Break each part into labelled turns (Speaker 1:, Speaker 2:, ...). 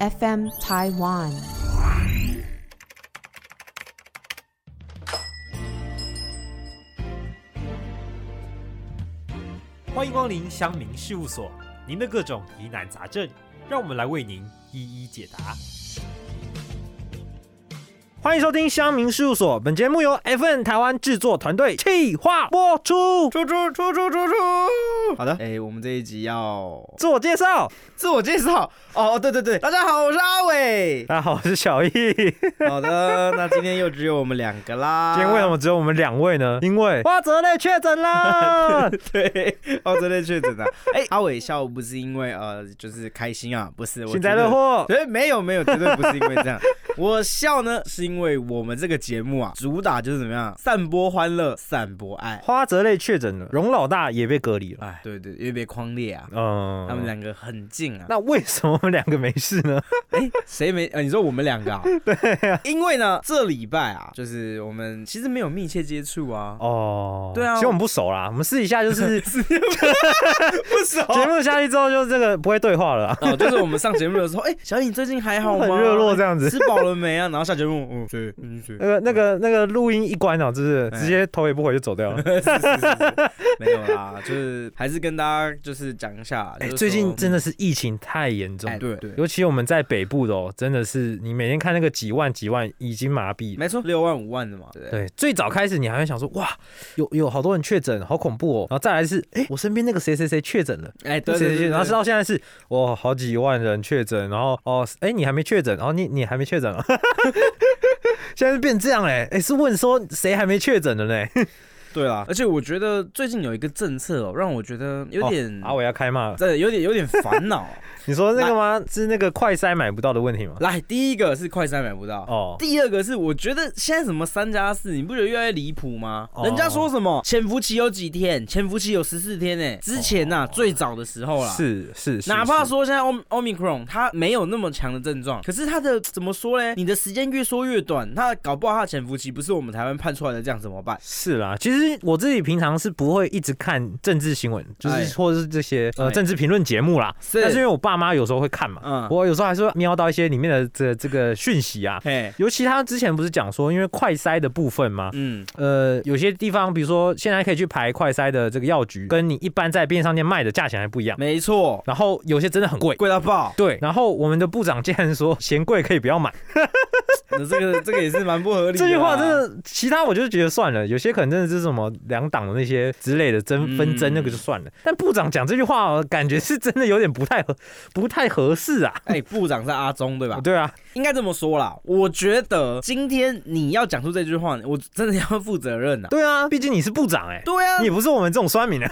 Speaker 1: FM Taiwan。
Speaker 2: 欢迎光临乡民事务所，您的各种疑难杂症，让我们来为您一一解答。欢迎收听乡民事务所，本节目由 FN 台湾制作团队企划播出。出出出出出出！
Speaker 3: 好的，哎、我们这一集要
Speaker 2: 自我介绍，
Speaker 3: 自我介绍哦，对对对，大家好，我是阿 伟。
Speaker 2: 大家好，我是小易。今
Speaker 3: 好的，那今天又只有我们两个啦。
Speaker 2: 天为什？么只有我们两位呢？因为花泽类确诊啦。
Speaker 3: 对，哦，真的确诊了。哎、阿伟笑不是因为呃，就是开心啊，不是。我
Speaker 2: 幸灾
Speaker 3: 觉得
Speaker 2: 乐祸
Speaker 3: 对，没有没有，绝对不是因为这样。 我笑呢，是因为我们这个节目啊，主打就是怎么样，散播欢乐，散播爱。
Speaker 2: 花泽类确诊了，荣老大也被隔离了。
Speaker 3: 哎，对对，因为被框裂啊，
Speaker 2: 嗯，
Speaker 3: 他们两个很近啊。
Speaker 2: 那为什么我们两个没事呢？
Speaker 3: 哎，谁没？呃，你说我们两个 啊？对啊，因为呢，这礼拜啊，就是我们其实没有密切接触啊。
Speaker 2: 哦，
Speaker 3: 对啊
Speaker 2: 其实我们不熟啦，我们私底下就是
Speaker 3: 不熟
Speaker 2: 节目下去之后就这个不会对话了啊，
Speaker 3: 哦，就是我们上节目的时候，哎，小颖最近还好吗？
Speaker 2: 很热络这样子
Speaker 3: 吃饱了没啊？然后下节目，嗯，对，嗯对
Speaker 2: 那，个那个那个录音一关哦，就是
Speaker 3: 哎
Speaker 2: 直接头也不回就走掉了。
Speaker 3: 是是是是没有啦，就是还是跟大家就是讲一下，
Speaker 2: 哎，
Speaker 3: 就是
Speaker 2: 最近
Speaker 3: 说
Speaker 2: 真的是疫情太严重
Speaker 3: 哎，对对，
Speaker 2: 尤其我们在北部的哦，真的是你每天看那个几万几万已经麻痹了。
Speaker 3: 没错，六万五万的嘛，对不对。
Speaker 2: 对，最早开始你还会想说，哇，有有好多人确诊，好恐怖哦。然后再来是，哎，我身边那个谁谁谁确诊了，
Speaker 3: 哎，对
Speaker 2: 对
Speaker 3: 对
Speaker 2: 对
Speaker 3: 对
Speaker 2: 对，
Speaker 3: 对，
Speaker 2: 然后到现在是哇，好几万人确诊，然后哦，哎，你还没确诊，然后你你还没确诊啊？ 现在变这样嘞，哎，是问说谁还没确诊的呢？
Speaker 3: 对啦，而且我觉得最近有一个政策哦，让我觉得有点
Speaker 2: 阿伟哦啊要开骂了，
Speaker 3: 真的有点有点烦恼。哦
Speaker 2: 你说那个吗？是那个快筛买不到的问题吗？
Speaker 3: 来，第一个是快餐买不到，
Speaker 2: 哦，
Speaker 3: 第二个是，我觉得现在什么三加四，你不觉得越来越离谱吗？
Speaker 2: 哦
Speaker 3: 人家说什么潜伏期有几天？潜伏期有十四天呢、之前呐、最早的时候啦。。
Speaker 2: 哦是是，是
Speaker 3: 哪怕
Speaker 2: 是
Speaker 3: 说现在 Om Omicron 它没有那么强的症状，可是它的怎么说嘞？你的时间越缩越短，它搞不好它的潜伏期不是我们台湾判出来的，这样怎么办？
Speaker 2: 是啦，其实我自己平常是不会一直看政治新闻，就
Speaker 3: 哎
Speaker 2: 是或者是这些
Speaker 3: 哎
Speaker 2: 呃政治评论节目啦。
Speaker 3: 是
Speaker 2: 但是因为我爸妈有时候会看嘛，
Speaker 3: 嗯
Speaker 2: 我有时候还是会瞄到一些里面的这这个讯息啊。
Speaker 3: 嘿，
Speaker 2: 尤其他之前不是讲说，因为快筛的部分嘛，
Speaker 3: 嗯，
Speaker 2: 呃，有些地方，比如说现在可以去排快筛的这个药局，跟你一般在便利商店卖的价钱还不一样。
Speaker 3: 没错，
Speaker 2: 然后有些真的很贵，
Speaker 3: 贵 到爆。
Speaker 2: 对。然后我们的部长竟然说嫌贵可以不要 买，
Speaker 3: 那这个这个也是蛮不合理的啊。
Speaker 2: 这句话真的，其他我就觉得算了。有些可能真的是什么两党的那些之类的争
Speaker 3: 嗯
Speaker 2: 纷争，那个就算了。但部长讲这句话、哦，感觉是真的有点不太合，不太合适啊。
Speaker 3: 哎，部长是阿中对吧？
Speaker 2: 对啊，
Speaker 3: 应该这么说啦，我觉得今天你要讲出这句话，我真的要负责任呐、
Speaker 2: 对啊，毕竟你是部长哎、
Speaker 3: 对啊
Speaker 2: 你，也不是我们这种酸民啊，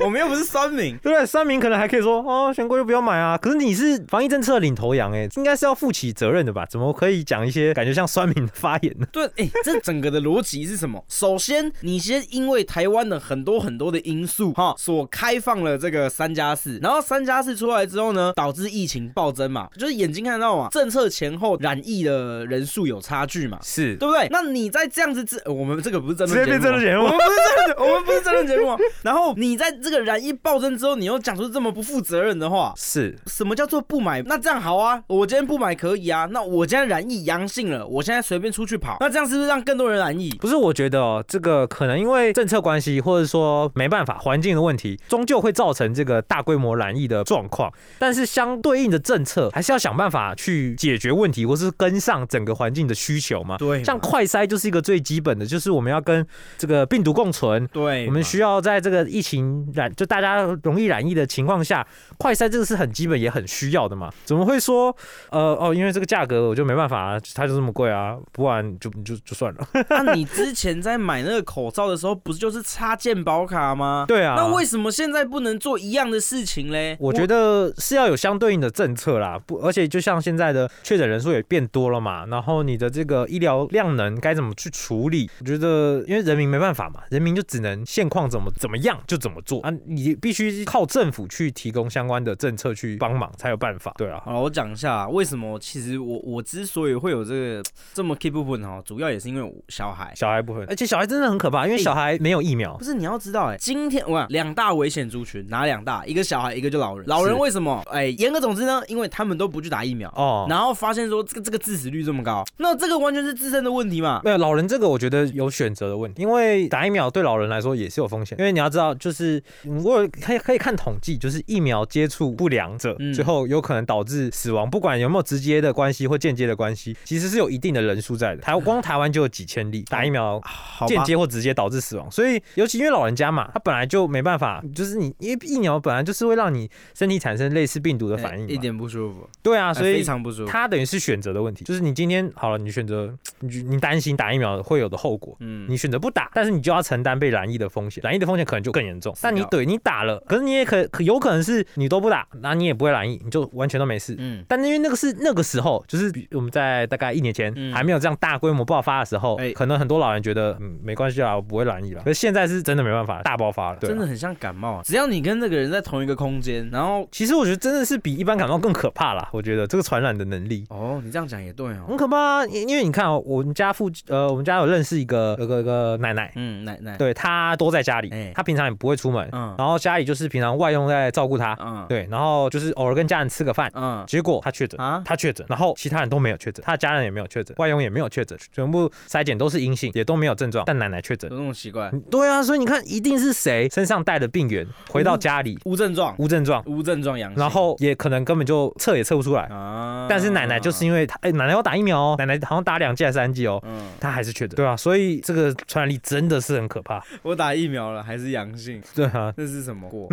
Speaker 3: 我们又不是酸民。
Speaker 2: 对不对？酸民可能还可以说哦，嫌贵就不要买啊。可是你是防疫政策的领头羊哎、应该是要负起责任的吧？怎么可以讲一些感觉像酸民的发言呢？
Speaker 3: 对，哎、这整个的逻辑是什么？ 首先，你先因为台湾的很多很多的因素哈，所开放了这个三加四，然后三加四出来之后呢，导致疫情暴增嘛，就是眼睛看得到嘛，政策前后染疫的人数有差距嘛，
Speaker 2: 是，
Speaker 3: 对不对？那你在这样子之，呃我们这个不是真
Speaker 2: 直
Speaker 3: 的
Speaker 2: 接变政治节
Speaker 3: 我
Speaker 2: 目
Speaker 3: 们。不是真啊 人，我们不是真人节目啊。然后你在这个染疫暴增之后，你又讲出这么不负责任的话，
Speaker 2: 是
Speaker 3: 什么叫做不买？那这样好啊，我今天不买可以啊。那我今天染疫阳性了，我现在随便出去跑，那这样是不是让更多人染疫？
Speaker 2: 不是，我觉得哦，这个可能因为政策关系，或者说没办法环境的问题，终究会造成这个大规模染疫的状况。但是相对应的政策，还是要想办法去解决问题，或是跟上整个环境的需求嘛。
Speaker 3: 对嘛
Speaker 2: 像快筛就是一个最基本的，就是我们要跟这个病毒共存。
Speaker 3: 对
Speaker 2: 我们需要在这个疫情染就大家容易染疫的情况下，快筛这个是很基本也很需要的嘛？怎么会说呃哦，因为这个价格我就没办法、啊，它就这么贵啊，不然就就就算了。
Speaker 3: 那啊你之前在买那个口罩的时候，不是就是插健保卡吗？、
Speaker 2: 对啊，
Speaker 3: 那为什么现在不能做一样的事情嘞？
Speaker 2: 我觉得是要有相对应的政策啦，不，而且就像现在的确诊人数也变多了嘛，然后你的这个医疗量能该怎么去处理？我觉得，因为人民没办法嘛，人民就只能现况怎么怎么样就怎么做啊，你必须靠政府去提供相关的政策去帮忙才有办法。对啊，
Speaker 3: 好了，我讲一下啊为什么。其实我我之所以会会有这个这么 keep 不哦，主要也是因为我小孩。
Speaker 2: 小孩部分，而且小孩真的很可怕，因为
Speaker 3: 哎
Speaker 2: 小孩没有疫苗
Speaker 3: 不，是你要知道、哎，今天我讲两大危险族群，哪两大？一个小孩，一个就老人。老人为什么？哎、严格总之呢，因为他们都不去打疫苗，
Speaker 2: 哦，
Speaker 3: 然后发现说这个这个致死率这么高，那这个完全是自身的问题嘛。
Speaker 2: 没有老人这个，我觉得有选择的问题，因为打疫苗对老人来说也是有风险，因为你要知道，就是嗯我有可以可以看统计，就是疫苗接触不良者、
Speaker 3: 嗯
Speaker 2: 最后有可能导致死亡，不管有没有直接的关系或间接的关系，其实是有一定的人数在的。 台光台湾就有几千例打疫苗
Speaker 3: 好
Speaker 2: 间
Speaker 3: 吧，
Speaker 2: 接或直接导致死亡。所以，尤其因为老人家嘛，他本来就没办法，就是你因为疫苗本来就是会让你身体产生类似病毒的
Speaker 3: 哎
Speaker 2: 反应嘛、
Speaker 3: 一点不舒服，
Speaker 2: 对啊，
Speaker 3: 哎
Speaker 2: 所以
Speaker 3: 非。常不舒服。
Speaker 2: 它等于是选择的问题，就是你今天好了，你选择你你担心打疫苗会有的后果，
Speaker 3: 嗯，
Speaker 2: 你选择不打，但是你就要承担被染疫的风险，染疫的风险可能就更严重。但
Speaker 3: 啊
Speaker 2: 你对你打了，可是你也可可有可能是你都不打，那你也不会染疫，你就完全都没事。
Speaker 3: 嗯，
Speaker 2: 但因为那个是那个时候，就是比我们在大概一年前、
Speaker 3: 嗯
Speaker 2: 还没有这样大规模爆发的时候，
Speaker 3: 哎
Speaker 2: 可能很多老人觉得嗯没关系啦，我不会染疫了。可是现在是真的没办法，大爆发了，对啊
Speaker 3: 真的。很像感冒、啊。只要你跟那个人在同一个空间，然后
Speaker 2: 其实我觉得真的是比一般感冒更可怕啦，我觉得这个传染的能力。
Speaker 3: 哦，你这样讲也对哦
Speaker 2: 很。可怕啊，因因为你看哦，我们家附近呃，我们家有认识一个有个有个奶奶，
Speaker 3: 嗯，奶奶，，
Speaker 2: 对她都在家里
Speaker 3: 哎，
Speaker 2: 她平常也不会出门，
Speaker 3: 嗯
Speaker 2: 然后家里就是平常外佣在照顾她，
Speaker 3: 嗯，，
Speaker 2: 对，然后就是偶尔跟家人吃个饭，
Speaker 3: 嗯
Speaker 2: 结果她确诊。
Speaker 3: 啊，
Speaker 2: 她确诊，然后其他人都没有确诊，她的家人也没有确诊，外佣也没有确诊，全部筛检都是阴性，也都没有症状，但奶奶确诊
Speaker 3: 有。那种奇怪，
Speaker 2: 嗯对啊，所以你看，一定是谁身上带的病源回
Speaker 3: 嗯
Speaker 2: 到家里
Speaker 3: 无症状，
Speaker 2: 无症状，
Speaker 3: 无症状阳性，
Speaker 2: 然后也可能根本就测也测不出来。
Speaker 3: 啊，
Speaker 2: 但是奶奶就是因为她，哎，奶奶要打疫苗哦，奶奶好像打两剂还是三剂哦，
Speaker 3: 嗯，
Speaker 2: 她还是确诊。对啊，所以这个传染力真的是很可怕。
Speaker 3: 我打疫苗了还是阳性，
Speaker 2: 对啊，
Speaker 3: 那是什么果？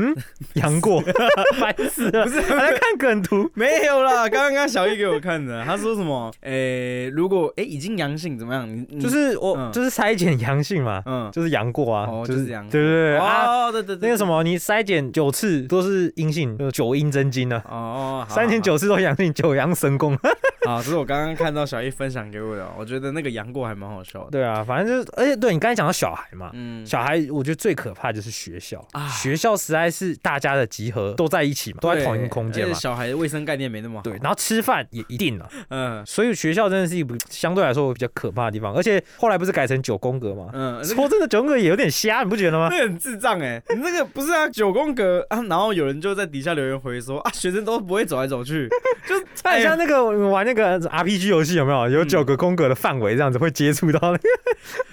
Speaker 2: 杨 过，烦死了，不 是还在看梗图。
Speaker 3: 没有啦，刚刚小易给我看的，他说什么？诶、如果诶、已经阳性怎么样？你你
Speaker 2: 就是我、
Speaker 3: 嗯
Speaker 2: 就是筛检阳性嘛，
Speaker 3: 嗯，
Speaker 2: 就是杨过啊，
Speaker 3: 哦
Speaker 2: 就是
Speaker 3: 就是杨过
Speaker 2: 对不对、啊？
Speaker 3: 哦，对对对，
Speaker 2: 那个什么，你筛检九次都是阴性，就是九阴真经啊，
Speaker 3: 哦，好
Speaker 2: 三点，九次都阳性，九阳神 功。
Speaker 3: 好好，好这是我刚刚看到小易分享给我的，我觉得那个杨过还蛮好笑的，
Speaker 2: 对啊，反正就是，而且对你刚才讲到小孩嘛。
Speaker 3: 嗯，
Speaker 2: 小孩，我觉得最可怕就是学校
Speaker 3: 啊
Speaker 2: 学校实在是大家的集合都在一起嘛，都在同一个空间
Speaker 3: 而
Speaker 2: 嘛
Speaker 3: 且，小孩的卫生概念没那么好，
Speaker 2: 对，然后吃饭也一定了，
Speaker 3: 嗯
Speaker 2: 所以学校真的是一个相对来说比较可怕的地方。而且后来不是改成九宫格嘛，
Speaker 3: 嗯，那个
Speaker 2: 说真的，九宫格也有点瞎，你不觉 得吗？
Speaker 3: 那个很智障哎、你那个不是啊，九宫格啊，然后有人就在底下留言回说啊，学生都不会走来走去，就
Speaker 2: 它很像那个我们玩那个 RPG 游戏有没有？有九个宫格的范围，这样子会接触到那 个。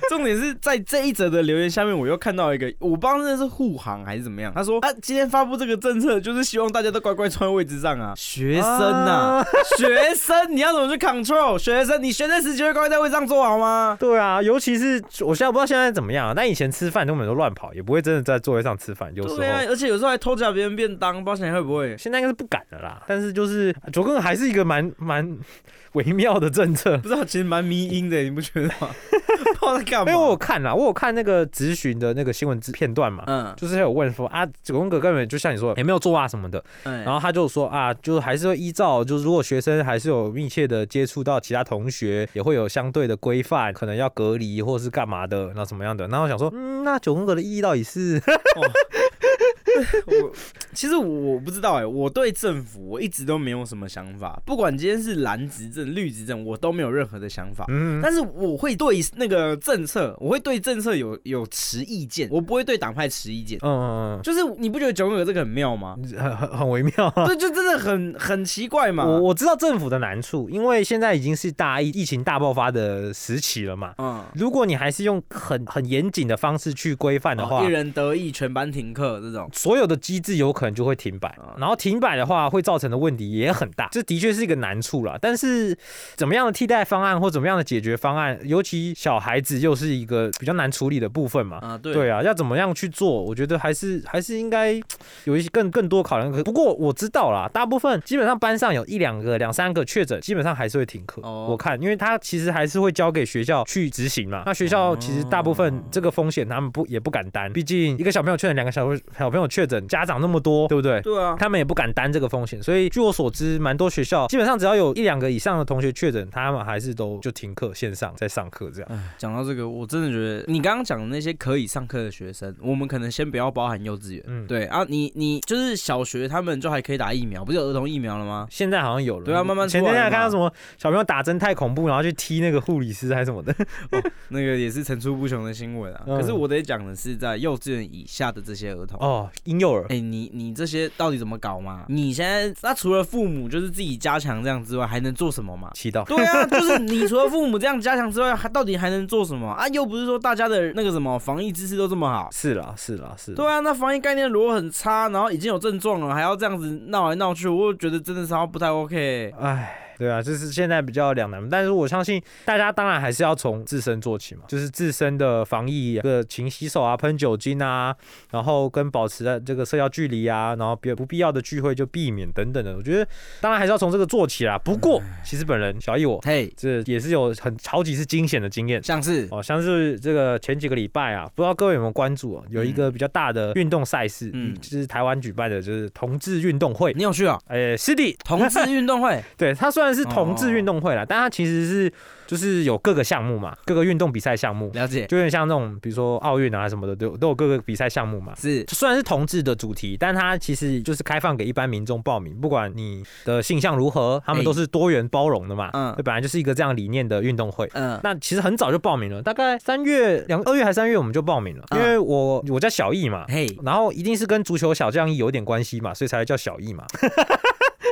Speaker 3: 重点是在这一则的留言下面，我又看到一个，我不知道那是护航还是怎么样。他说啊，今天发布这个政策，就是希望大家都乖乖坐在位置上啊。学生 呐、
Speaker 2: 啊
Speaker 3: 学生，你要怎么去 control 学生？你学生时期会乖乖在位置上坐好吗？
Speaker 2: 对啊，尤其是我现在不知道现在怎么样、啊，但以前吃饭根本都乱跑，也不会真的在座位上吃饭，有时候。
Speaker 3: 对啊，而且有时候还偷夹别人便当，不知道现在会不会？
Speaker 2: 现在应该是不敢了啦，但是就是卓更还是一个蛮蛮微妙的政策。
Speaker 3: 不知道，其实蛮迷因的，你不觉得 吗？不知道在
Speaker 2: 因
Speaker 3: 干嘛。
Speaker 2: 为我有看啦，我有看那个咨询的那个新闻片段嘛，
Speaker 3: 嗯，
Speaker 2: 就是有问说啊，九宫格根本就像你说也没有做啊什么的，
Speaker 3: 哎
Speaker 2: 然后他就说啊，就是还是会依照，就是如果学生还是有密切的接触到其他同学，也会有相对的规范，可能要隔离或是干嘛的，那什么样的？那我想说，嗯，那九宫格的意义到底是？
Speaker 3: 我其实我不知道哎、我对政府我一直都没有什么想法，不管今天是蓝执政、绿执政，我都没有任何的想法。
Speaker 2: 嗯，
Speaker 3: 但是我会对那个政策，我会对政策有有持意见，我不会对党派持意见。
Speaker 2: 嗯，
Speaker 3: 就是你不觉得九宫格这个很妙吗？
Speaker 2: 嗯很很很微妙、啊。
Speaker 3: 对，就真的很很奇怪嘛。
Speaker 2: 我我知道政府的难处，因为现在已经是大疫疫情大爆发的时期了嘛。
Speaker 3: 嗯，
Speaker 2: 如果你还是用很很严谨的方式去规范的话
Speaker 3: 哦一，人得意，全班停课这种。
Speaker 2: 所有的机制有可能就会停摆
Speaker 3: 啊，
Speaker 2: 然后停摆的话会造成的问题也很大，这的确是一个难处啦。但是怎么样的替代方案或怎么样的解决方案，尤其小孩子又是一个比较难处理的部分嘛。
Speaker 3: 啊，对，
Speaker 2: 对啊，要怎么样去做？我觉得还是还是应该有一些更更多考量。可不过我知道啦，大部分基本上班上有一两个、两三个确诊，基本上还是会停课。
Speaker 3: 哦
Speaker 2: 我看，因为他其实还是会交给学校去执行
Speaker 3: 哦
Speaker 2: 嘛。那学校其实大部分这个风险他们不也不敢担，毕竟一个小朋友确诊，两个小朋友小朋友确诊，家长那么多，对不对？
Speaker 3: 对啊，
Speaker 2: 他们也不敢担这个风险，所以据我所知，蛮多学校基本上只要有一两个以上的同学确诊，他们还是都就停课，线上在上课这样。
Speaker 3: 讲到这个，我真的觉得你刚刚讲的那些可以上课的学生，我们可能先不要包含幼稚园。
Speaker 2: 嗯，，
Speaker 3: 对啊，你你就是小学他们就还可以打疫苗，不是有儿童疫苗了吗？
Speaker 2: 现在好像有了。
Speaker 3: 对啊慢慢出
Speaker 2: 前
Speaker 3: 来了嘛
Speaker 2: 天还看到什么小朋友打针太恐怖，然后去踢那个护理师还是什么的。
Speaker 3: 那个也是层出不穷的新闻啊。
Speaker 2: 嗯
Speaker 3: 可是我得讲的是在幼稚园以下的这些儿童。
Speaker 2: 哦，婴幼儿。
Speaker 3: 哎、你你这些到底怎么搞嘛？你现在那除了父母就是自己加强这样之外，还能做什么嘛？
Speaker 2: 祈祷。
Speaker 3: 对啊，就是你除了父母这样加强之外，还到底还能做什么啊？又不是说大家的那个什么防疫知识都这么好。
Speaker 2: 是啦，是啦，是啦。
Speaker 3: 对啊，那防疫概念如果很差，然后已经有症状了，还要这样子闹来闹去，我觉得真的是好像不太 OK。
Speaker 2: 唉，对啊，就是现在比较两难，但是我相信大家当然还是要从自身做起嘛，就是自身的防疫的勤洗手啊、喷酒精啊，然后跟保持这个社交距离啊，然后别不必要的聚会就避免等等的。我觉得当然还是要从这个做起啦。不过其实本人小易我
Speaker 3: 嘿、
Speaker 2: 这也是有很好几次惊险的经验。
Speaker 3: 像是
Speaker 2: 哦，像是这个前几个礼拜啊，不知道各位有没有关注啊？有一个比较大的运动赛事，
Speaker 3: 嗯
Speaker 2: 嗯，就是台湾举办的，就是同志运动会。
Speaker 3: 你有去啊、
Speaker 2: 哎，师弟，
Speaker 3: 同志运动会
Speaker 2: 对，它虽然是同志运动会啦，但它其实是就是有各个项目嘛，各个运动比赛项目，
Speaker 3: 了解
Speaker 2: 就有点像那种比如说奥运啊什么的，都有都有各个比赛项目嘛。
Speaker 3: 是
Speaker 2: 虽然是同志的主题，但它其实就是开放给一般民众报名，不管你的性向如何，他们都是多元包容的嘛。
Speaker 3: 嗯
Speaker 2: 哎嗯，这本来就是一个这样理念的运动会。
Speaker 3: 嗯
Speaker 2: 那其实很早就报名了，大概三月两二月还三月我们就报名了，
Speaker 3: 嗯
Speaker 2: 因为我我叫小易嘛，
Speaker 3: 嘿
Speaker 2: 然后一定是跟足球小将一有点关系嘛，所以才会叫小易嘛。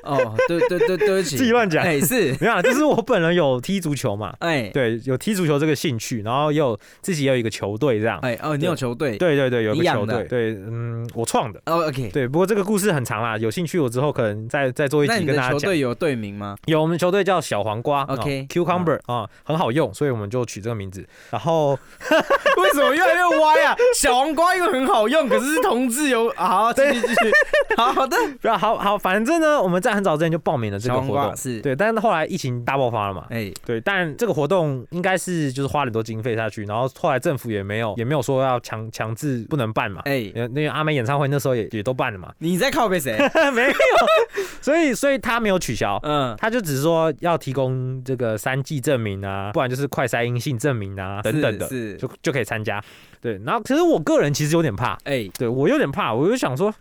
Speaker 3: 哦，对对对对 不起，
Speaker 2: 自己乱讲
Speaker 3: 哎、是
Speaker 2: 没有啦，啊就是我本人有踢足球 嘛，
Speaker 3: 哎
Speaker 2: 对，有踢足球这个兴趣，然后也有自己也有一个球队这样。
Speaker 3: 哎哦，你有球队
Speaker 2: 对对对，有一
Speaker 3: 你
Speaker 2: 个
Speaker 3: 养
Speaker 2: 球队，
Speaker 3: 的
Speaker 2: 对，嗯，我创的。
Speaker 3: 哦，OK，
Speaker 2: 对，不过这个故事很长啦，有兴趣我之后可能再再做一
Speaker 3: 那
Speaker 2: 集
Speaker 3: 你
Speaker 2: 跟
Speaker 3: 的
Speaker 2: 大家
Speaker 3: 球
Speaker 2: 讲。
Speaker 3: 队有队名吗？
Speaker 2: 有我们球队叫小黄瓜
Speaker 3: OK，
Speaker 2: c u c u m b e r 啊，很好用，所以我们就取这个名字。然 后
Speaker 3: 为什么越来越歪啊？ 小黄瓜因为很好用，可是是同志有啊好，继续继续，好 好的
Speaker 2: 不要啊好好，反正呢，我们在很早之前就报名了这
Speaker 3: 小
Speaker 2: 个
Speaker 3: 黄
Speaker 2: 活
Speaker 3: 瓜
Speaker 2: 动，
Speaker 3: 是
Speaker 2: 对，但是后来疫情大爆发了嘛，
Speaker 3: 哎
Speaker 2: 对，但这个活动应该是就是花了很多经费下去，然后后来政府也没有也没有说要强强制不能办嘛，
Speaker 3: 哎，
Speaker 2: 呃，那个阿妹演唱会那时候也也都办 了嘛，
Speaker 3: 你在靠背谁？
Speaker 2: 没有， 所以所以他没有取消，
Speaker 3: 嗯，
Speaker 2: 他就只说要提供这个三剂证明啊，不然就是快筛阴性证明啊等等的，
Speaker 3: 是是
Speaker 2: 就就可以参加。对，然后其实我个人其实有点怕，
Speaker 3: 哎
Speaker 2: 对我有点怕，我就想说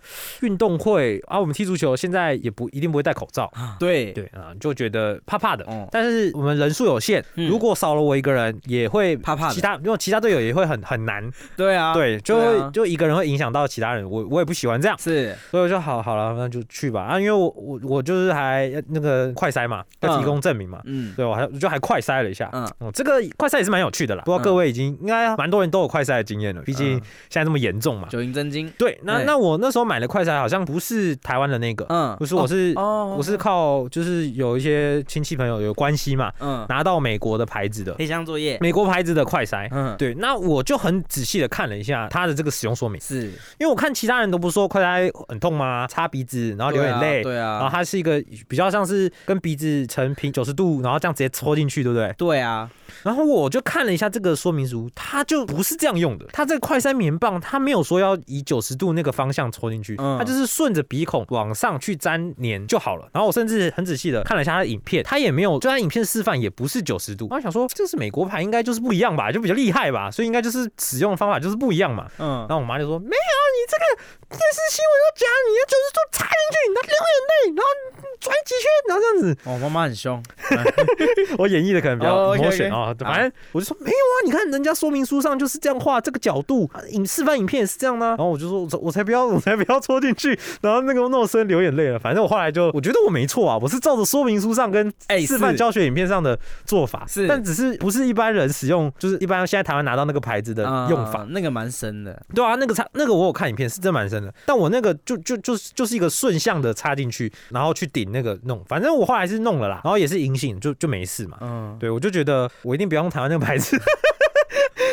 Speaker 2: 运动会啊，我们踢足球现在也不一定不会戴口罩，
Speaker 3: 对
Speaker 2: 对啊，就觉得怕怕的。
Speaker 3: 哦
Speaker 2: 但是我们人数有限，
Speaker 3: 嗯
Speaker 2: 如果少了我一个人，也会
Speaker 3: 怕怕的
Speaker 2: 其他因为其他队友也会很很难，
Speaker 3: 对啊，
Speaker 2: 对，就
Speaker 3: 对
Speaker 2: 会、
Speaker 3: 啊
Speaker 2: 就一个人会影响到其他人，我我也不喜欢这样，
Speaker 3: 是
Speaker 2: 所以我就好好了，那就去吧啊，因为我我我就是还那个快筛嘛，要提供证明嘛，
Speaker 3: 嗯
Speaker 2: 对我还就还快筛了一下。
Speaker 3: 嗯，
Speaker 2: 哦，这个快筛也是蛮有趣的啦，不知道各位已经应该蛮多人都有快筛的经验了，毕竟
Speaker 3: 嗯
Speaker 2: 现在这么严重嘛。
Speaker 3: 九阴真经，
Speaker 2: 对，那
Speaker 3: 对
Speaker 2: 那我那时候买的快筛好像不是台湾的那个，
Speaker 3: 哎嗯，
Speaker 2: 不是，我是
Speaker 3: 哦，
Speaker 2: 我是靠就是有一些亲戚朋友有关系嘛，
Speaker 3: 嗯
Speaker 2: 拿到美国的牌子的，
Speaker 3: 黑箱作业，
Speaker 2: 美国牌子的快筛。
Speaker 3: 嗯，
Speaker 2: 对，那我就很仔细的看了一下它的这个使用说明，
Speaker 3: 是，
Speaker 2: 因为我看其他人都不是说快筛很痛吗？擦鼻子，然后流眼泪，
Speaker 3: 对
Speaker 2: 然后
Speaker 3: 啊，
Speaker 2: 它是一个比较像是跟鼻子成平九十度，然后这样直接戳进去，对不对？
Speaker 3: 对啊，
Speaker 2: 然后我就看了一下这个说明书，它就不是这样用的。它这个快塞棉棒，它没有说要以九十度那个方向戳进去，
Speaker 3: 嗯
Speaker 2: 它就是顺着鼻孔往上去粘黏就好了。然后我甚至很仔细的看了一下它的影片，它也没有，就它影片示范也不是九十度。我想说，这是美国牌，应该就是不一样吧，就比较厉害吧，所以应该就是使用方法就是不一样嘛。
Speaker 3: 嗯
Speaker 2: 然，后我妈就说：“没有，你这个电视新闻都讲你要九十度插进去，你流眼泪，然后转几圈，然后这样子。”
Speaker 3: 我哦妈妈很凶，
Speaker 2: 我演绎的可能比较
Speaker 3: 哦，OK，OK
Speaker 2: 模选啊，反正我就说没有啊，你看人家说明书上就是这样画这个角度，啊影示范影片也是这样呢、啊然后我就说，我才我才不要， 我才不要戳进去，然后那个诺森流眼泪了。反正我后来就，我觉得我没错啊，我是照着说明书上跟
Speaker 3: 哎，
Speaker 2: 示范
Speaker 3: 是
Speaker 2: 教学影片上的做法，
Speaker 3: 是
Speaker 2: 但只是不是一般人使用，就是一般现在台湾拿到那个牌子的
Speaker 3: 啊
Speaker 2: 用法。
Speaker 3: 那个蛮深的，
Speaker 2: 对啊，那个插那个我有看影片，是真蛮深的。但我那个就就就是就是一个顺向的插进去，然后去顶那个弄，反正我后来是弄了啦，然后也是阴性，就就没事嘛。
Speaker 3: 嗯，
Speaker 2: 对，我就觉得我一定不要用台湾那个牌子。我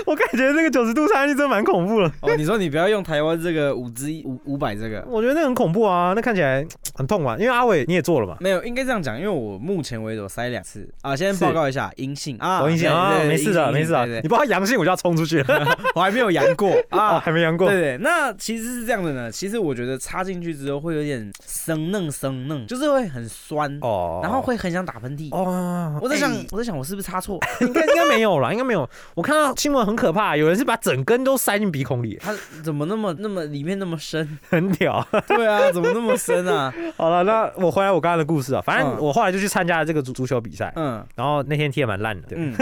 Speaker 2: 我感觉这个九十度差距真的蛮恐怖的。
Speaker 3: 哦，你说你不要用台湾这个五之一五五百这个，
Speaker 2: 我觉得那很恐怖啊，那看起来很痛啊。因为阿伟你也做了嘛，
Speaker 3: 没有，应该这样讲，因为我目前为止我塞两次啊，先
Speaker 2: 是
Speaker 3: 报告一下阴性啊，
Speaker 2: 我印象啊，
Speaker 3: 对对
Speaker 2: 没事的，
Speaker 3: 阴性
Speaker 2: 没事的
Speaker 3: 对。
Speaker 2: 你
Speaker 3: 对
Speaker 2: 不要阳性，我就要冲出去了
Speaker 3: 我还没有阳 过
Speaker 2: 啊，
Speaker 3: 啊。
Speaker 2: 还没阳过
Speaker 3: 对。对，那其实是这样的呢。其实我觉得插进去之后会有点生嫩生嫩，就是会很酸，
Speaker 2: 哦，
Speaker 3: 然后会很想打喷嚏。
Speaker 2: 哦，
Speaker 3: 我在想
Speaker 2: 哎，
Speaker 3: 我在想，我是不是 插错？
Speaker 2: 应该应该没有啦，应该没有。我看到新闻很可怕，有人是把整根都塞进鼻孔里，
Speaker 3: 它怎么那么那么里面那么深？
Speaker 2: 很屌。
Speaker 3: 对啊，怎么那么深啊？
Speaker 2: 好了，那我回来我刚刚的故事啊，反正
Speaker 3: 嗯
Speaker 2: 我后来就去参加了这个足足球比赛。
Speaker 3: 嗯
Speaker 2: 然后那天踢也蛮烂的，对
Speaker 3: 嗯，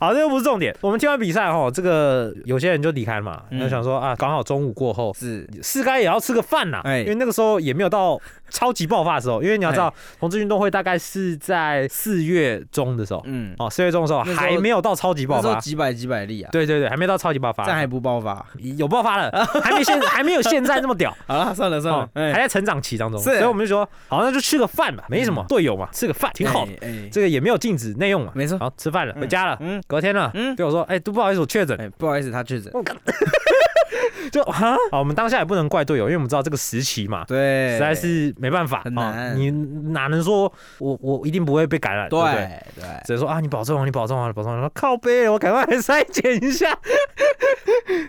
Speaker 2: 好，这又不是重点。我们踢完比赛哈，这个有些人就离开了嘛，
Speaker 3: 嗯
Speaker 2: 就想说啊，刚好中午过后，
Speaker 3: 是
Speaker 2: 是该也要吃个饭啦，
Speaker 3: 哎
Speaker 2: 因为那个时候也没有到超级爆发的时候，因为你要知道，
Speaker 3: 哎
Speaker 2: 同志运动会大概是在四月中的时候，
Speaker 3: 嗯，
Speaker 2: 哦，四月中的时候
Speaker 3: 那时候
Speaker 2: 还没有到超级爆
Speaker 3: 那时候
Speaker 2: 发，
Speaker 3: 几百几百例啊，
Speaker 2: 对对对，还没到超级爆
Speaker 3: 这样
Speaker 2: 发，
Speaker 3: 还不爆发？
Speaker 2: 有爆 发了，还没现还没有现在这么屌，
Speaker 3: 好了，算了算
Speaker 2: 哦
Speaker 3: 了，，哎
Speaker 2: 还在成长期当中，
Speaker 3: 是嗯
Speaker 2: 所以我们就说，好，那就吃个饭吧，没什么，队友嘛，吃个饭挺好的，，
Speaker 3: 哎哎
Speaker 2: 这个也没有禁止内用嘛，
Speaker 3: 没错。
Speaker 2: 好，吃饭了，
Speaker 3: 嗯
Speaker 2: 回家了，
Speaker 3: 嗯
Speaker 2: 隔天了，
Speaker 3: 嗯，
Speaker 2: 对我说，哎，都不好意思，我确诊，
Speaker 3: 哎，不好意思，他确
Speaker 2: 哦
Speaker 3: 诊。
Speaker 2: 就哈，好，我们当下也不能怪队友，因为我们知道这个时期嘛，
Speaker 3: 对，
Speaker 2: 实在是没办法，
Speaker 3: 很
Speaker 2: 啊
Speaker 3: 难
Speaker 2: 你哪能说我我一定不会被感染？对不对，
Speaker 3: 对对。
Speaker 2: 只能说啊，你保重啊，你保重啊，你保重啊。说靠背，我赶快来筛检一下。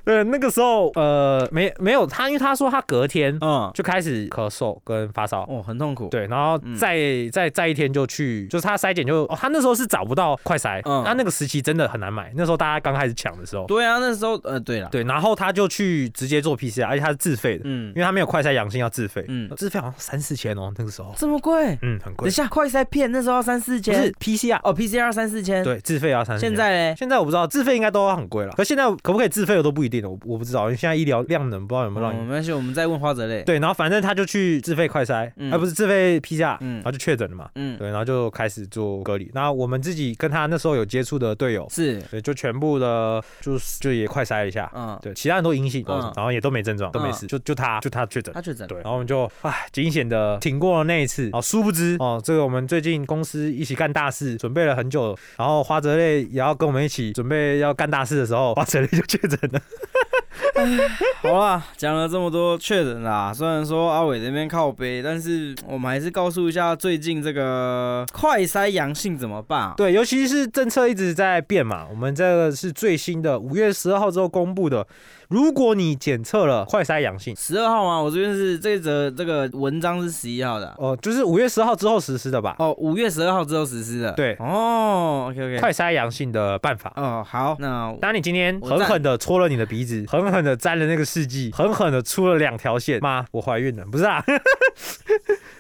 Speaker 2: 对，那个时候呃，没没有他，因为他说他隔天
Speaker 3: 嗯，
Speaker 2: 就开始咳嗽跟发烧。
Speaker 3: 哦，很痛苦。，
Speaker 2: 对，然后
Speaker 3: 嗯
Speaker 2: 再、再再一天就去，就是他筛检就、哦，他那时候是找不到快筛，
Speaker 3: 嗯
Speaker 2: 他那个时期真的很难买，那时候大家刚开始抢的时候，
Speaker 3: 对啊，那时候呃，对了，，
Speaker 2: 对，然后他就去直接做 PCR，而且他是自费的，
Speaker 3: 嗯
Speaker 2: 因为他没有快筛阳性要自费，
Speaker 3: 嗯，
Speaker 2: 自费好像三四千哦，那个时候，
Speaker 3: 这么贵？
Speaker 2: 嗯，很
Speaker 3: 等
Speaker 2: 贵
Speaker 3: 一。下，快筛片那时候要三四
Speaker 2: 不
Speaker 3: 千
Speaker 2: 是，PCR，
Speaker 3: 哦，PCR 三四千，，
Speaker 2: 对，自费要三四千。
Speaker 3: 现在嘞，
Speaker 2: 现在我不知道自费应该都要很贵了，可现在可不可以自费我都不一定了，我我不知道，因为现在医疗量能不知道有没有让
Speaker 3: 嗯
Speaker 2: 你。
Speaker 3: 没关系，我们再问花泽类。，
Speaker 2: 对，然后反正他就去自费快筛，呃
Speaker 3: 嗯
Speaker 2: 而不是自费 PCR，
Speaker 3: 嗯
Speaker 2: 然后就确诊了嘛。
Speaker 3: 嗯，
Speaker 2: 对，然后就开始做隔离。那我们自己跟他那时候有接触的队友，
Speaker 3: 是，
Speaker 2: 对，就全部的就是就也快筛了一下，
Speaker 3: 嗯，
Speaker 2: 对，其他人都阴性，
Speaker 3: 嗯
Speaker 2: 然后也都没症状，都没
Speaker 3: 嗯
Speaker 2: 事，就就他就他确诊。
Speaker 3: 他确诊，
Speaker 2: 对，然后我们就唉，惊险的挺过了那一次。哦，殊不知哦，这个我们最近公司一起干大事，准备了很久，然后花泽类也要跟我们一起准备要干大事的时候，花泽类就确诊了。
Speaker 3: 好啦，讲了这么多确诊啦，虽然说阿伟这边靠背，但是我们还是告诉一下最近这个快筛阳性怎么办啊？
Speaker 2: 对，尤其是政策一直在变嘛，我们这个是最新的，五月十二号之后公布的。如果你检测了快筛阳性，
Speaker 3: 十二号吗？我这边是这则这个文章是十一号的啊，
Speaker 2: 哦、就是五月十号之后实施的吧？
Speaker 3: 哦，五月十二号之后实施的。
Speaker 2: 对
Speaker 3: 哦，OK OK。
Speaker 2: 快筛阳性的办法。
Speaker 3: 哦，好，那
Speaker 2: 当你今天
Speaker 3: 我
Speaker 2: 狠
Speaker 3: 赞
Speaker 2: 狠的戳了你的鼻子，狠狠的沾了那个试剂，狠狠的出了两条线，妈，我怀孕了，不是啊？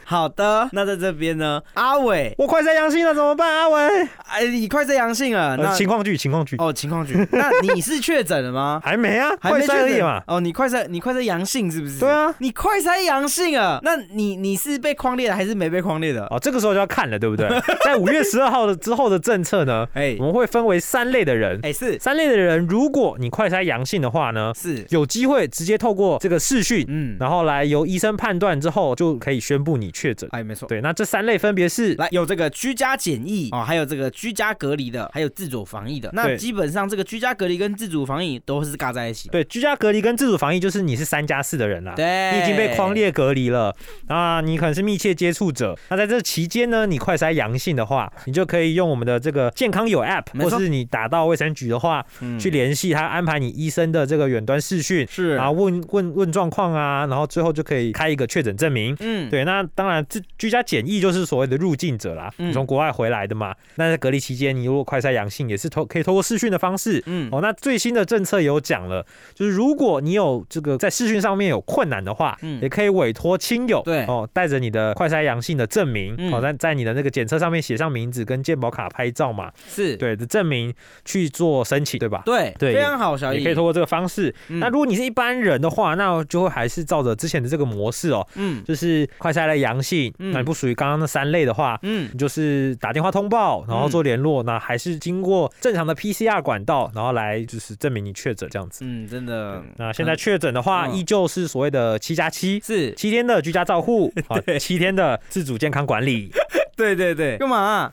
Speaker 3: 好的，那在这边呢，阿伟，
Speaker 2: 我快筛阳性了，怎么办？阿文，
Speaker 3: 哎，你快筛阳性了，那
Speaker 2: 呃、情况剧，情况剧、
Speaker 3: 哦情况局，那你是确诊了 吗？
Speaker 2: 还没啊，
Speaker 3: 还
Speaker 2: 快
Speaker 3: 没
Speaker 2: 筛而
Speaker 3: 确
Speaker 2: 已
Speaker 3: 诊
Speaker 2: 嘛。
Speaker 3: 哦，你快筛，你快筛阳性是不是？
Speaker 2: 对啊，
Speaker 3: 你快筛阳性了，那你你是被框列的还是没被框列的？
Speaker 2: 哦，这个时候就要看了，对不 对？在五月十二号的之后的政策呢，
Speaker 3: 哎
Speaker 2: 我们会分为三类的人。
Speaker 3: 哎是
Speaker 2: 三类的人，如果你快筛阳性的话呢，
Speaker 3: 是，
Speaker 2: 有机会直接透过这个视讯，
Speaker 3: 嗯，
Speaker 2: 然后来由医生判断之后，就可以宣布你确诊。
Speaker 3: 哎没错。
Speaker 2: 对，那这三类分别是
Speaker 3: 来有这个居家检疫哦，还有这个居家隔离的，还有自主防疫的。那
Speaker 2: 对
Speaker 3: 基本上这个居家隔离跟自主防疫都是尬在一起的。
Speaker 2: 对居家隔离跟自主防疫，就是你是三加四的人啦、
Speaker 3: 对，
Speaker 2: 你已经被框列隔离了，啊，你可能是密切接触者。那在这期间呢，你快筛阳性的话，你就可以用我们的这个健康有 App，
Speaker 3: 没错
Speaker 2: 或是你打到卫生局的话，
Speaker 3: 嗯
Speaker 2: 去联系他，安排你医生的这个远端视讯，
Speaker 3: 是
Speaker 2: 然后问问问状况啊，然后最后就可以开一个确诊证明。
Speaker 3: 嗯，
Speaker 2: 对，那当然，这居家检疫就是所谓的入境者啦，
Speaker 3: 嗯
Speaker 2: 你从国外回来的嘛。那在隔离期间，你如果快筛阳性，也是透可以透过视讯的方式，
Speaker 3: 嗯，
Speaker 2: 哦，那最新的政策有讲了，就是如果你有这个在视讯上面有困难的话，
Speaker 3: 嗯
Speaker 2: 也可以委托亲友，
Speaker 3: 对
Speaker 2: 哦，带着你的快筛阳性的证明，
Speaker 3: 嗯
Speaker 2: 哦，在在你的那个检测上面写上名字跟健保卡拍照嘛，
Speaker 3: 是，
Speaker 2: 对的证明去做申请，对吧？
Speaker 3: 对
Speaker 2: 对
Speaker 3: 非常好，小
Speaker 2: 也
Speaker 3: 易
Speaker 2: 可以通过这个方式。
Speaker 3: 嗯
Speaker 2: 那如果你是一般人的话，那就会还是照着之前的这个模式哦，
Speaker 3: 嗯
Speaker 2: 就是快筛了阳性，
Speaker 3: 嗯
Speaker 2: 那你不属于刚刚那三类的话，
Speaker 3: 嗯
Speaker 2: 你就是打电话通报，然后做联络，那还是经过正常的 PCR 管道，然后来就是证明你确诊这样子。
Speaker 3: 嗯，真的
Speaker 2: 那现在确诊的话，
Speaker 3: 嗯
Speaker 2: 依旧是所谓的七加七，
Speaker 3: 是，
Speaker 2: 七天 的居家照护，啊，七天的自主健康管理。
Speaker 3: 对对对，干嘛啊、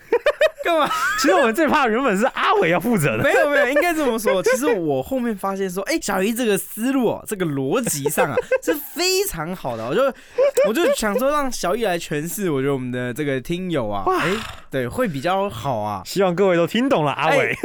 Speaker 3: 干嘛？
Speaker 2: 其实我们最怕原本是阿伟要负责 的，
Speaker 3: 没有没有，应该这么说。其实我后面发现说，哎、小姨这个思路哦，这个逻辑上啊是非常好的。我就我就想说，让小易来诠释，我觉得我们的这个听友啊，哎、对，会比较好啊。
Speaker 2: 希望各位都听懂了阿伟。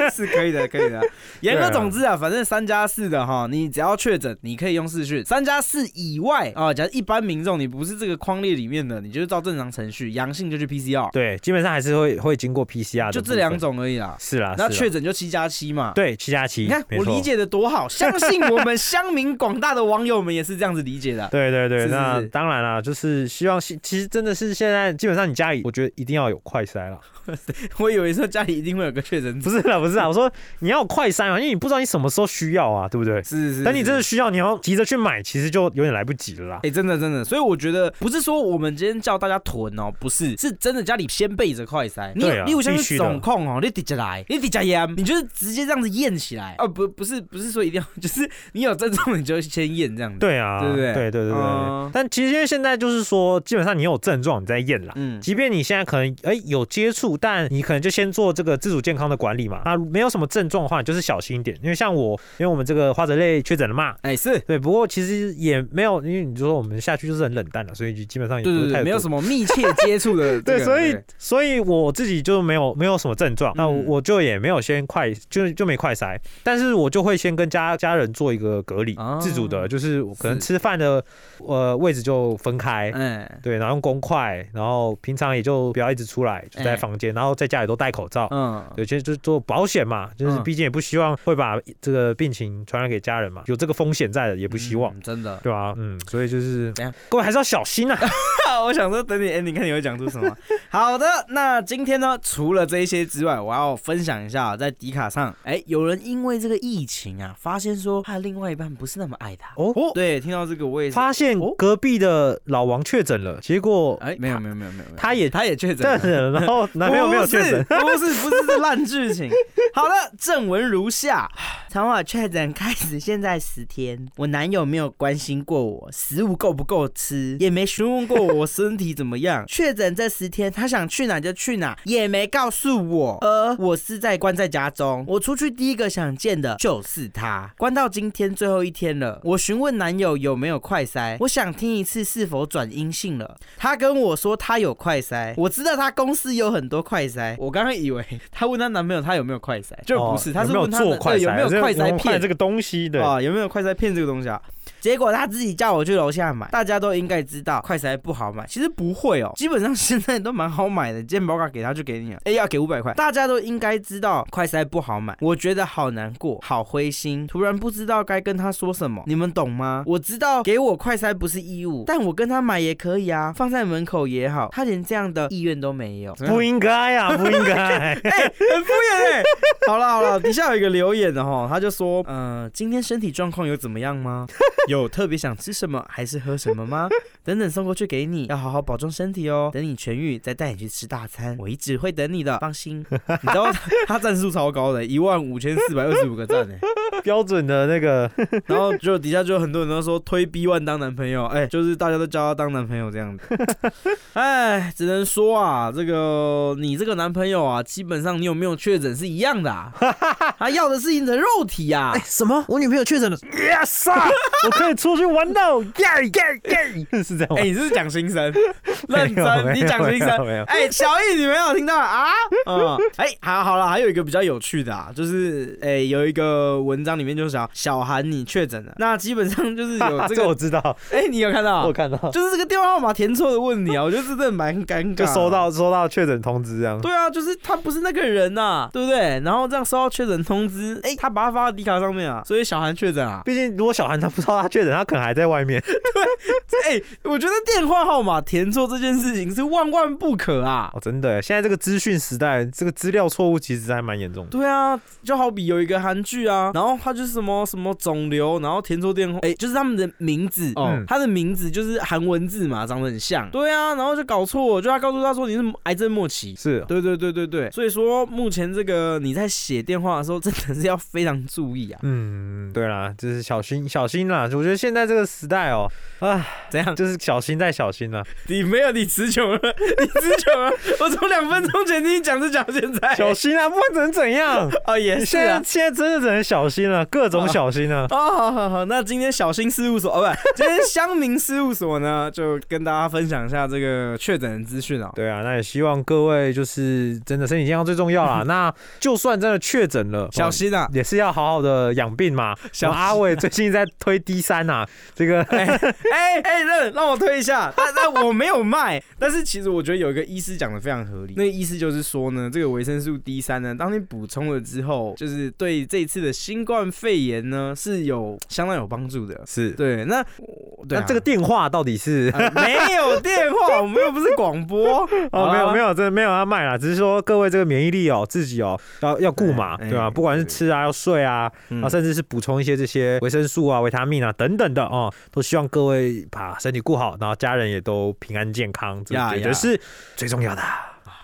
Speaker 3: 哎 是可以的，可以的。言
Speaker 2: 对
Speaker 3: 而
Speaker 2: 啊
Speaker 3: 总之啊，反正三加四的哈，你只要确诊，你可以用视讯；三加四以外啊，假如一般民众你不是这个框列里面的，你就是照正常程序，阳性就去 PCR，
Speaker 2: 对，基本上还是会会经过 PCR 的，
Speaker 3: 就这两。种而已啦。
Speaker 2: 啊是啦，
Speaker 3: 那
Speaker 2: 是啦
Speaker 3: 确诊就七加七嘛。
Speaker 2: 对七加七，
Speaker 3: 你看
Speaker 2: 没
Speaker 3: 我
Speaker 2: 错
Speaker 3: 理。解的多好，相信我们乡民广大的网友们也是这样子理解 的。啊
Speaker 2: 对对
Speaker 3: 是
Speaker 2: 对，
Speaker 3: 是
Speaker 2: 那
Speaker 3: 是
Speaker 2: 当然啦，就是希望其其实真的是现在基本上你家里，我觉得一定要有快筛啦。
Speaker 3: 我以为说家里一定会有个确诊者，
Speaker 2: 不是啦，不是啦，我说你要有快筛嘛，因为你不知道你什么时候需要啊，对不对？
Speaker 3: 是是是。
Speaker 2: 等你真的需要，你要急着去买，其实就有点来不及了啦。
Speaker 3: 哎、真的真的，所以我觉得不是说我们今天叫大家囤哦，不是，是真的家里先备着快塞。你
Speaker 2: 对啊
Speaker 3: 你有像
Speaker 2: 必须的
Speaker 3: 总控哦，你底下来，你底下验，你就是直接这样子验起来。哦，不不是不是说一定要， 就是你有症状你就先验这样子。，
Speaker 2: 对啊，
Speaker 3: 对不对
Speaker 2: 对对对对对
Speaker 3: 嗯
Speaker 2: 但其实因为现在就是说，基本上你有症状你再验啦。
Speaker 3: 嗯，
Speaker 2: 即便你现在可能哎有接触，但你可能就先做这个自主健康的管理嘛。啊，没有什么症状的话，你就是小心一点。因为像我，因为我们这个花泽类确诊了嘛，
Speaker 3: 哎、是。
Speaker 2: 对，不过其实也没有，因为你说我们下去就是很冷淡了，所以就基本上也不
Speaker 3: 对对
Speaker 2: 是
Speaker 3: 对，
Speaker 2: 太
Speaker 3: 没有
Speaker 2: 么。
Speaker 3: 什么密切接触 的
Speaker 2: 对，
Speaker 3: 这个、
Speaker 2: 所以所以我自己就没有没有什么症状，那我
Speaker 3: 嗯
Speaker 2: 我就也没有先快就就没快筛，但是我就会先跟家家人做一个隔离，
Speaker 3: 哦
Speaker 2: 自主的，就是我可能
Speaker 3: 是
Speaker 2: 吃饭的呃位置就分开
Speaker 3: 对，哎
Speaker 2: 对，然后用公筷，然后平常也就不要一直出来，就在
Speaker 3: 哎
Speaker 2: 房间，然后在家里都戴口罩。
Speaker 3: 嗯，
Speaker 2: 有些就是做保险嘛，就是
Speaker 3: 嗯
Speaker 2: 毕竟也不希望会把这个病情传染给家人嘛，有这个风险在的也不希望，
Speaker 3: 嗯真的。
Speaker 2: 对啊，嗯，所以就是
Speaker 3: 怎样
Speaker 2: 各位还是要小心啊。
Speaker 3: 我想说，等你 ending 看你会讲出 什么。好的，那今天呢，除了这一些之外，我要分享一下，在迪卡上，哎、有人因为这个疫情啊，发现说他的另外一半不是那么爱他。
Speaker 2: 哦
Speaker 3: 对，听到这个我也是，
Speaker 2: 发现
Speaker 3: 哦
Speaker 2: 隔壁的老王确诊了，结果
Speaker 3: 哎、没有没有没有没有，没有
Speaker 2: 他也
Speaker 3: 他也确诊
Speaker 2: 确诊
Speaker 3: 了。
Speaker 2: 了，然后男朋友没有确诊，
Speaker 3: 不是，不是，不是这烂剧情。好了，正文如下：从我确诊开始，现在十天，我男友没有关心过我食物够不够吃，也没询问过我身体怎么样。 确诊这十天，他想去哪就去哪，也没告诉我。而我是在关在家中，我出去第一个想见的就是他。关到今天最后一天了，我询问男友有没有快筛，我想听一次是否转阴性了。他跟我说他有快筛，我知道他公司有很多快筛。我刚刚以为他问她男朋友他有没有快筛，就不是，
Speaker 2: 哦
Speaker 3: 他是
Speaker 2: 有
Speaker 3: 问
Speaker 2: 没
Speaker 3: 他
Speaker 2: 有做快
Speaker 3: 对有没有快
Speaker 2: 筛
Speaker 3: 筛
Speaker 2: 片
Speaker 3: 片
Speaker 2: 这个东西的，
Speaker 3: 啊，有没有快筛片这个东西啊？结果他自己叫我去楼下买，大家都应该知道快筛不好买，其实不会哦，基本上现在都蛮好买的，健保卡给他就给你了，哎、要给五百块，大家都应该知道快筛不好买，我觉得好难过，好灰心，突然不知道该跟他说什么，你们懂吗？我知道给我快筛不是义务，但我跟他买也可以啊，放在门口也好，他连这样的意愿都没有，
Speaker 2: 不应该 啊，不应该。
Speaker 3: 很敷衍哎、好了好了，底下有一个留言的哈，他就说，嗯、今天身体状况有怎么样吗？有特别想吃什么还是喝什么吗？等等送过去给你，要好好保重身体哦。等你痊愈再带你去吃大餐，我一直会等你的，放心。你知道他他赞数超高的，一万五千四百二十五个赞哎、
Speaker 2: 标准的那 个，
Speaker 3: 然后就底下就有很多人都说推 B One 当男朋友，哎、就是大家都叫他当男朋友这样子。 哎，只能说啊，这个你这个男朋友啊，基本上你有没有确诊是一样的、 啊，他要的是你的肉体啊。
Speaker 2: 什么？我女朋友确诊了，yes，啊 我可以出去玩到，耶耶耶， 是这样吗
Speaker 3: 哎、？你是不是讲心 声，认
Speaker 2: 没有
Speaker 3: 真，你讲
Speaker 2: 没
Speaker 3: 心
Speaker 2: 有
Speaker 3: 声。
Speaker 2: 没有，
Speaker 3: 哎、小易，你没有听到 啊？嗯，哎、好，好了，还有一个比较有趣的啊，就是哎、有一个文章里面就讲小韩你确诊了，那基本上就 是有 这
Speaker 2: 这我
Speaker 3: 个，
Speaker 2: 知道，
Speaker 3: 哎、你有看到啊？
Speaker 2: 我有看到，
Speaker 3: 就是这个电话号码填错的问题啊，我觉得这真的蛮尴尬。
Speaker 2: 就收。到收到确诊通知这样。
Speaker 3: 对啊，就是他不是那个人呐、对不对？然后这样收到确诊通知，哎、他把他发到迪卡上面啊，所以小韩确诊啊。
Speaker 2: 毕竟如果小韩他不知道他确诊，他可能还在外面。
Speaker 3: 哎、我觉得电话号码填错这件事情是万万不可啊。
Speaker 2: 哦，真的耶，现在这个资讯时代，这个资料错误其实还蛮严重的。
Speaker 3: 对啊，就好比有一个韩剧啊，然后他就是什么什么肿瘤，然后填错电话，哎、就是他们的名字，哦、
Speaker 2: 嗯
Speaker 3: 他的名字就是韩文字嘛，长得很像。对啊，然后就搞错，就他告诉他说你是癌症末期，
Speaker 2: 是，
Speaker 3: 对对对对对，所以说目前这个你在写电话的时候，真的是要非常注意啊。
Speaker 2: 嗯，对啦，就是小心小心啦，就我觉得现在这个时代哦，啊，
Speaker 3: 怎样？
Speaker 2: 就是小心再小心了、
Speaker 3: 你没有，你词穷了，你词穷了。我从两分钟前听你讲，就讲现在。
Speaker 2: 小心啊，不管怎怎样，
Speaker 3: 哦，也
Speaker 2: 你
Speaker 3: 哎是
Speaker 2: 现在、
Speaker 3: 啊。
Speaker 2: 现在真的只能小心了，各种小心 啊。
Speaker 3: 哦，好好好，那今天小新事务所，哦，不，今天乡民事务所呢，就跟大家分享一下这个确诊的资讯啊。
Speaker 2: 对啊，那也希望各位就是真的身体健康最重要 啦。那就算真的确诊了，
Speaker 3: 小
Speaker 2: 哦
Speaker 3: 新啊，
Speaker 2: 也是要好好的养病嘛。
Speaker 3: 小
Speaker 2: 小阿伟最近在推 D 三呐，这个
Speaker 3: 哎哎哎，让让我推一下，但但我没有卖。但是其实我觉得有一个医师讲的非常合理，那个医师就是说呢，这个维生素 D 三呢，当你补充了之后，就是对这一次的新冠肺炎呢是有相当有帮助的。
Speaker 2: 是
Speaker 3: 对，那我 对啊、
Speaker 2: 那这个电话到底是？。
Speaker 3: 呃没有电话，我们又不是广播啊
Speaker 2: 哦，没有没
Speaker 3: 有，
Speaker 2: 有，真的没有要卖啦，只是说各位这个免疫力哦，自己哦要要顾嘛，
Speaker 3: 哎
Speaker 2: 对吧、
Speaker 3: 哎
Speaker 2: 不管是吃啊、要睡啊，
Speaker 3: 嗯
Speaker 2: 啊，甚至是补充一些这些维生素啊、维他命啊等等的哦，都希望各位把身体顾好，然后家人也都平安健康，这
Speaker 3: 呀
Speaker 2: 也
Speaker 3: 呀
Speaker 2: 是最重要的。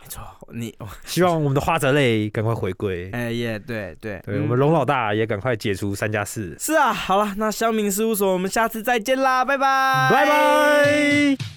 Speaker 3: 没错，你
Speaker 2: 希望我们的花泽类赶快回归，
Speaker 3: 哎耶，对对
Speaker 2: 对、
Speaker 3: 嗯
Speaker 2: 我们龙老大也赶快解除三加四，
Speaker 3: 是啊，好了，那乡民事务所，我们下次再见啦，拜拜，
Speaker 2: 拜拜。